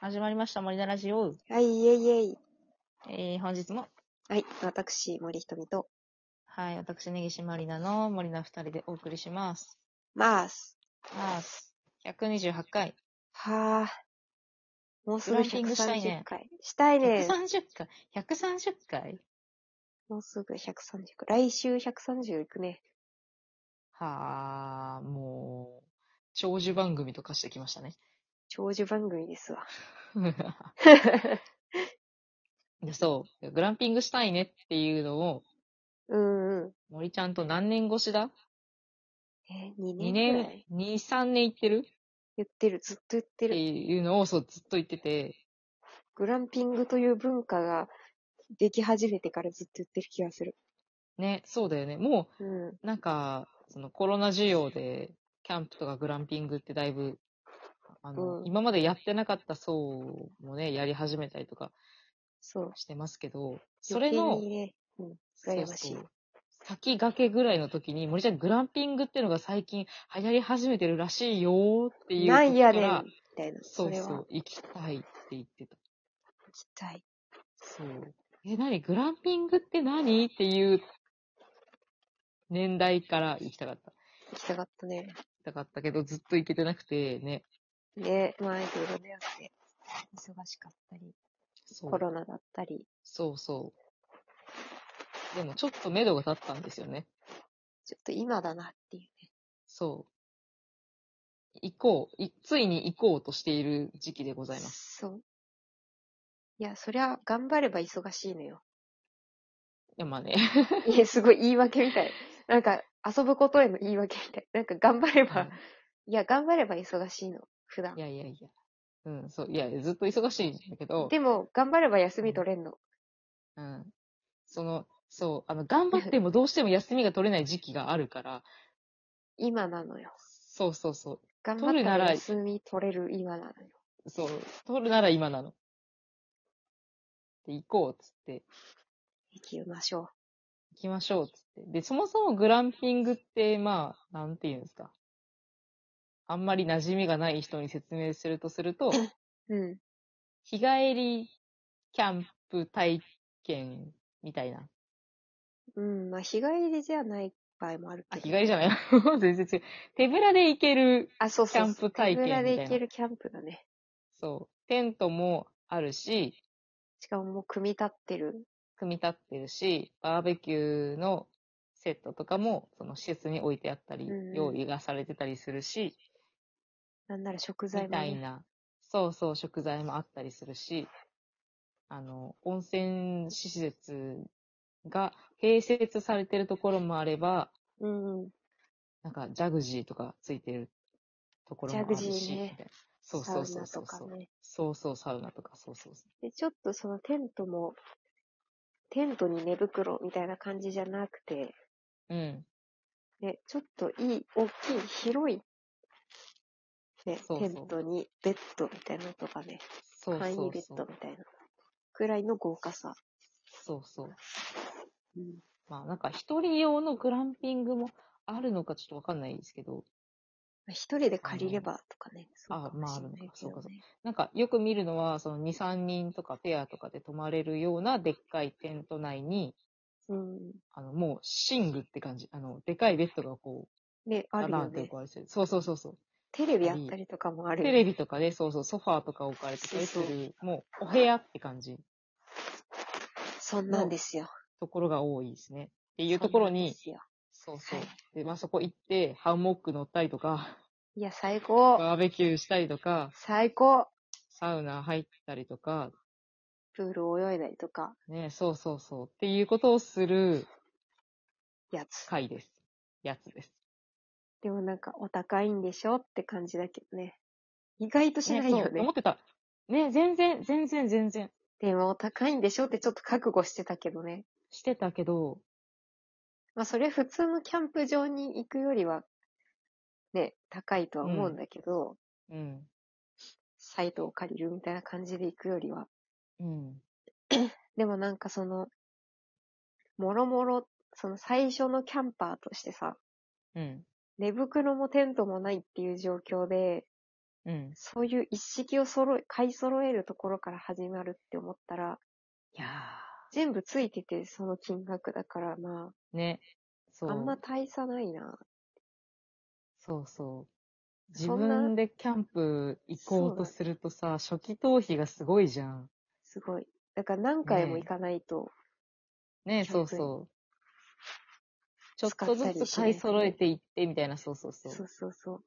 始まりました、森田ラジオ。はい、イェイイェイ。えー、本日も、はい、私、森ひとみと、はい、私、根岸まりなの森田二人でお送りします。まーす。まあ、128回。はぁ。もうすぐグランピングしたいね130回。したいね。 130回 ?130 回もうすぐ130回。来週130行くね。はあ、もう、長寿番組とかしてきました ね。長寿番組です わ。でそう、グランピングしたいねっていうのを、うんうん。森ちゃんと何年越しだえ、2 ?2 年くら年2、い、3年行ってる言ってる。ずっと言ってってる。いうのを、そう、ずっと言ってて、グランピングという文化ができ始めてからずっと言ってる気がする。ね、そうだよね。もう、うん。なんか、そのコロナ需要で、キャンプとかグランピングってだいぶ、あの、うん今までやってなかった層もね、やり始めたりとかそう。してますけど、それ余の計、にね、うん。そう羨ましいそう先駆けぐらいの時に、森ちゃん、グランピングってのが最近流行り始めてるらしいよーっていうなんや時かねんらみたいな。そそうれはそ行う、行きたいって言ってた。きたい。そう。え、何グランピングって何っていう年代から行きたかった。行きたかったね。行きたかったけど、ずっと行けてなくて、ね。ね、まあ、いろいろね、あって、忙しかったり、そうコロナだったり、そうそう。でもちょっと目処が立ったんですよね。ちょっと今だなっていうね。そう。行こうい。ついに行こうとしている時期でございます。そう。いや、そりゃ、頑張れば忙しいのよ。 いや、まあね。いや、すごい言い訳みたい。なんか、遊ぶことへの言い訳みたい。なんか、頑張れ ば、いや、頑張れば忙しいの、普段い。やいやいや。うん、そう。いや、ずっと忙しいんだけど、でも、頑張れば休み取れんの。うん。その、そう、あの、頑張ってもどうしても休みが取れない時期があるから、今なのよ。そうそうそ頑張取っるなたらら休み取れる今なのよ。う。そう、取るなら今なの。で、行こう、つって。行きましょ行きましょう、つって。で、そもそもグランピングって、まあ、なんていうんですか。あんまり馴染みがない人に説明するとすると、う。うん。日帰りキャンプ体験みたいな。うん、まあ、日帰りじゃない場合もあるあ、けど。日帰りじゃない 全然違う。手ぶらで行ける、あ、そうそうそキャう。ンプ体験みたいな手ぶらで行けるキャンプだね。そう、テントもあるし、しかももう組み立ってる。組み立ってるし、バーベキューのセットとかも、その施設に置いてあったりうんう、ん用意がされてたりするし、なんなら食材みもたね、いな、そうそう、食材もあったりするし、あの、温泉施設が併設されてるところもあれば、うんうん。なんかジャグジーとかついてるところもあるし、ジャグジーねみたいなそうそうそうそサウうナそとかう、ね。そうそう、サウナとか、そうそうそう。で、ちょっとそのテントも、テントに寝袋みたいな感じじゃなくて、うん、ね、ちょっといい、大きい、広い、ね、そうそうテントにベッドみたいなのとかね、そう簡そ易うベッそドう。みたいな。くらいの豪華さ。そうそう。うん、まあなんか一人用のグランピングもあるのかちょっとわかんないですけど、まあ一人で借りればとかね。そうあかもましれああるないのかけどね。なんかよく見るのは、その2、3人とかペアとかで泊まれるようなでっかいテント内に、うん。あの、もう寝具って感じ。あの、でかいベッドがこう、ね、あるダよーンってね置。かれてる。そうそうそうそう。テレビあったりとかもあるよテね。レビとかで、そうそう、ソファーとか置かれてたりすそうそる、もうお部屋って感じ。そんなんですよ。ところが多いですね。っていうところそんなんでに、すよ。そうそうはい。で、まあそこ行って、ハンモック乗ったりとか、いや、最高。バーベキューしたりとか、最高サウナ入ったりとか、プールを泳いだりとか、ね、そうそうそう。っていうことをするやつ。回です。やつです。でもなんか、お高いんでしょって感じだけどね。意外としないよそうね。思ってた。ね、全然、全然、全然。でも、お高いんでしょってちょっと覚悟してたけどね。してたけど、まあ、それ普通のキャンプ場に行くよりは、ね、高いとは思うんだけど、うん。サイトを借りるみたいな感じで行くよりは。うん。でもなんかその、もろもろ、その最初のキャンパーとしてさ、うん。寝袋もテントもないっていう状況で、うん。そういう一式を揃え、買い揃えるところから始まるって思ったら、いや全部ついててその金額だから、まー、ね。そあ、う。あんま大差ないな。そうそう。自そんな分でキャンプ行こうとするとさ、初期投費がすごいじゃん。すごい。だから何回もねえ行かないと、ねえ、キャそンうプそう。ちょっ使とったりずつしない買いとね揃えていってみたいな、そうそうそう。そうそうそう。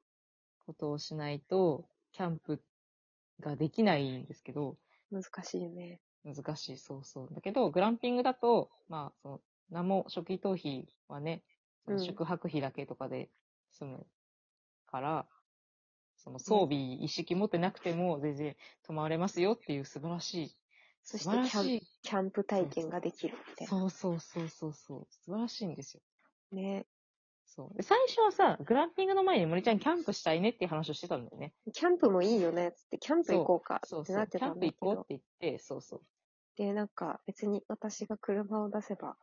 ことをしないと、キャンプができないんですけど、難しいよね。難しい、そうそう。だけど、グランピングだと、まあ、その、何も初期投費はね、そのうん宿泊費だけとかで済むから、その装備、一式持ってなくても全然泊まれますよっていう素晴らしい。そし素て晴らキャンしい。キャンプ体験ができるみたいそうそうそうそうそう。素晴らしいんですよ。な。ね。そう。で最初はさ、グランピングの前に森ちゃんキャンプしたいねっていう話をしてたんだよね。キャンプもいいよね、つって、キャンプ行こうか、そうってそなう。ってキたャんンプだけ行こうっど。て言って、そうそう。で、なんか、別に私が車を出せば、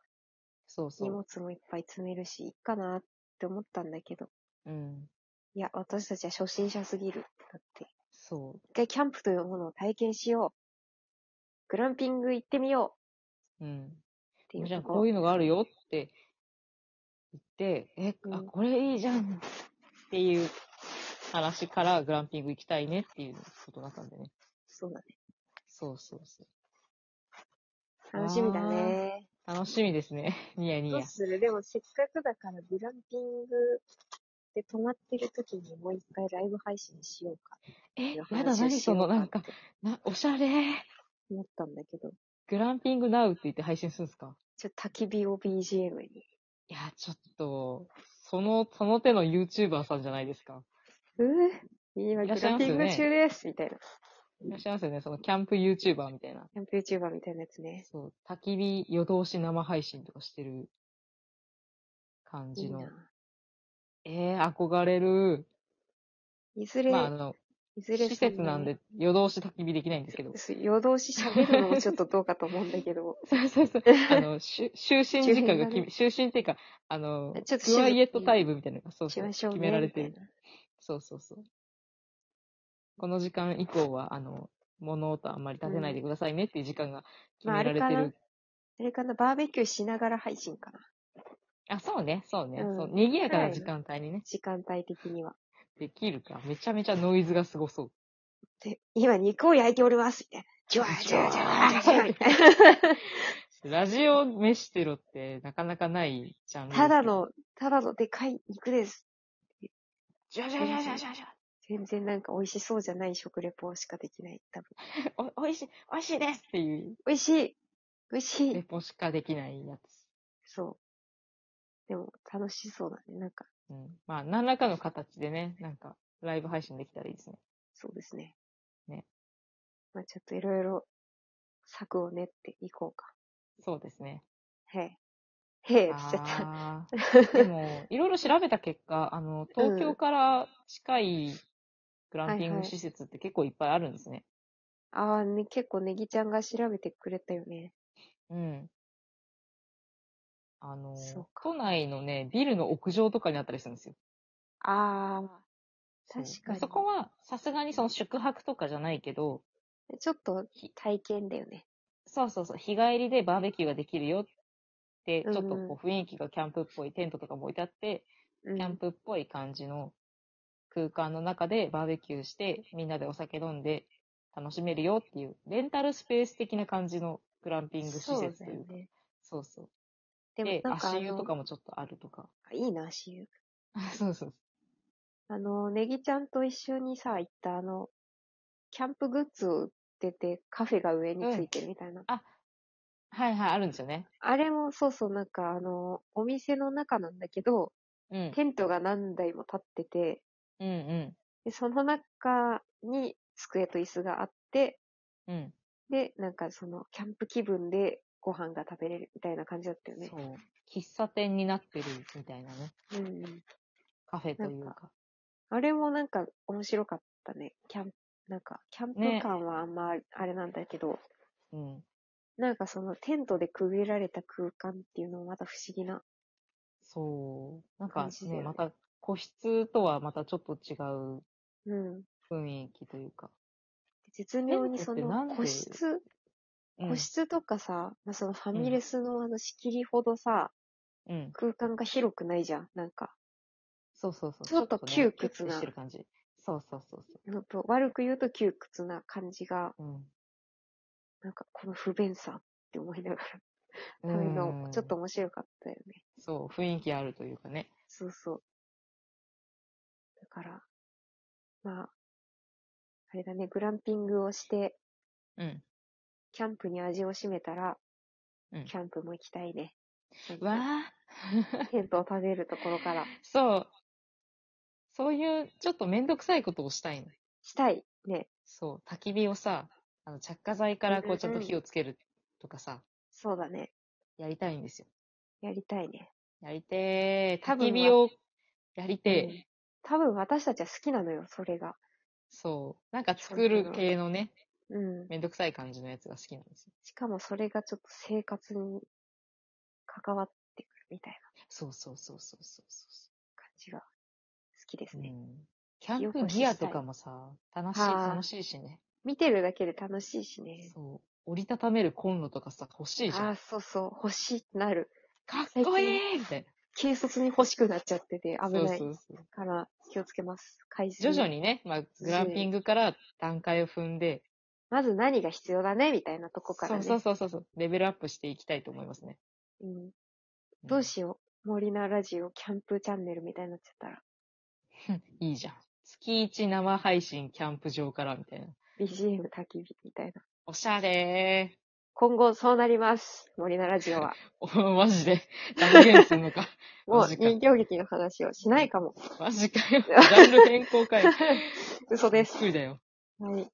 そうそ荷う。物もいっぱい積めるし、いっかなって思ったんだけど、うん。いや、私たちは初心者すぎるってなって、そ一回キャンプというものを体験しよう。グランピング行ってみよう。うん。うっていうじゃあとこうこいうのがあるよって言って、え、うんあ、これいいじゃんっていう話からグランピング行きたいねっていうことだったんでね。そうだね。そうそうそう。楽しみだね。楽しみですね。ニヤニどヤう。するでもせっかくだからグランピングで泊まってる時にもう一回ライブ配信しようか。え、やだ、話を何しそようの、かなんか、な、おしゃれ。思ったんだけど、グランピングナウって言って配信するんですかちょっと焚き火を BGM に。いや、ちょっと、その、その手の YouTuber さんじゃないですか。うぅ、今いらっグしゃいラますンピよンねグ中です、みたいな。いらっしゃいますよね、そのキャンプ YouTuber みたいな。キャンプ YouTuber みたいなやつね。そう、焚き火夜通し生配信とかしてる感いじいのな。。ええ憧れる。いずれ、まあ、あの、いずれ施設なんで夜通し焚き火できないん ですけど。、そんなね。夜通し喋るのもちょっとどうかと思うんだけどそうそうそう。 あの、しゅ就寝時間がき、 周辺がね就寝っていうか、あの、ちょっとクワイエットタイムみたいなのが、そうしそうましょうね。決められてみるた。いなそうそうそう。この時間以降は、あの、物音あんまり立てないでくださいねっていう時間が決められてまああれる。かなあれかな、バーベキューしながら配信かな。あそうね、そうね。うんそう賑やかな時間帯にね、時間帯的には。できるか。めちゃめちゃノイズがすごそう。で、今肉を焼いております。みたいなジュワジュワジュワジュワジュワラジオ飯テロってなかなかないジャンルですけたどだ、の、ただのでかい肉です。じゃじゃじゃじゃじゃじゃ。全然なんか美味しそうじゃない食レポしかできない。多分。お、おいしい、おいしいですっていう、美味しい美味しレいポしかできないやそう。でも楽しそうだね。なんか、つ。うん。まあ、何らかの形でね、なんか、ライブ配信できたらいいですね。そうですね。ね。まあちょっといろいろ策を練っていこうか。そうですね。へえ。へえ、つっちゃった。あーでも、いろいろ調べた結果、あの、東京から近いグランピング施設って結構いっぱいあるんですね。ああ、ね、結構ネギちゃんが調べてくれたよね。うん。あのそう、都内のね、ビルの屋上とかにあったりするんですよ。ああ、そう確かにそこは、さすがにその宿泊とかじゃないけど、ちょっと体験だよね。そうそうそう、日帰りでバーベキューができるよって、ちうょんっうとんこう雰囲気がキャンプっぽい、テントとかも置いてあって、うキャンん。プっぽい感じの空間の中でバーベキューして、みんなでお酒飲んで楽しめるよっていう、レンタルスペース的な感じのグランピング施そう設だとよいうか、ね。そうそう。でもで、なんかあ足湯との、かもちょっとあるとか。 あいいな、足湯。そうそう。あの、ネギちゃんと一緒にさ、行ったあの、キャンプグッズを売ってて、カフェが上についてるみたいな。はいはい、あるんですよね。あれもそうそう、なんかあの、お店の中なんだけど、うん。テントが何台も立ってて、うんでその中に机と椅子があって、うん。うん。で、なんかその、キャンプ気分でご飯が食べれるみたいな感じだったよねそ。う。喫茶店になってるみたいなね。うんうん。カフェというなんか。あれもなんか面白かったね。キャンプ、なんか、キャンねプ感はあんまあれなんだけど、うん。なんかそのテントで区切られた空間っていうのもまた不思議な。そう。なんか感じだよね、ねまた個室とはまたちょっと違ううん。雰囲気というか。絶妙にそテントってなんので個室、うん個室とかさ、まあ、そのファミレスのあの仕切りほどさ、うん。空間が広くないじゃん。なんか、そうそうそう。ちょっとね窮キ屈ュッなてしてる感じ。そうそうそうそなんか悪く言うと窮屈な感じが、う。うん。なんかこの不便さって思いながら食べるうの、んちょっと。面白かったよね。そう、雰囲気あるというかね。そうそう。だから、まあ、あれだね、グランピングをして、うん。キャンプに味を占めたら、うんキャンプも行きたいね。わあ。テントを立てるところから。そう。そういう、ちょっとめんどくさいことをしたいの。したい。ね。そう、焚き火をさ、あの、着火剤からこうんううんちょっと火をつけるとかさ、そうだね。やりたいんですよ。やりたいね。やりてー。多焚分き火をやりてー。うん多分私たちは好きなのよ、それが。そう。なんか作る系のね、うん。めんどくさい感じのやつが好きなんですよ。しかもそれがちょっと生活に関わってくるみたいなそうそうそうそうそうそ感じが好きですう、ね。うん。キャンプギアとかもさ、楽しい、はあ楽しいしね。見てるだけで楽しいしね。そう。折りたためるコンロとかさ、欲しいじゃあん。あ、そうそう、欲しいってなる。かっこいいみたい軽率に欲しくなっちゃっててな。危ないそうそうそう。から気をつけます。海水徐々。にね、まあ、グランピングから段階を踏んで、まず何が必要だねみたいなとこかそらうね。そうそうそうそう、レベルアップしていきたいと思いますね。うん、んどうしよう。森菜ラジオ、キャンプチャンネルみたいになっちゃったら。いいじゃん。月一生配信キャンプ場からみたいな。 BGM 焚き火みたいな。おしゃれー。今後そうなります。森菜ラジオ は。おマジで。断言すんの か。もマうジか人形劇の話をしないかも。マジかよ。ジャンル変更かよ。 嘘です。びっくりだよ。はい。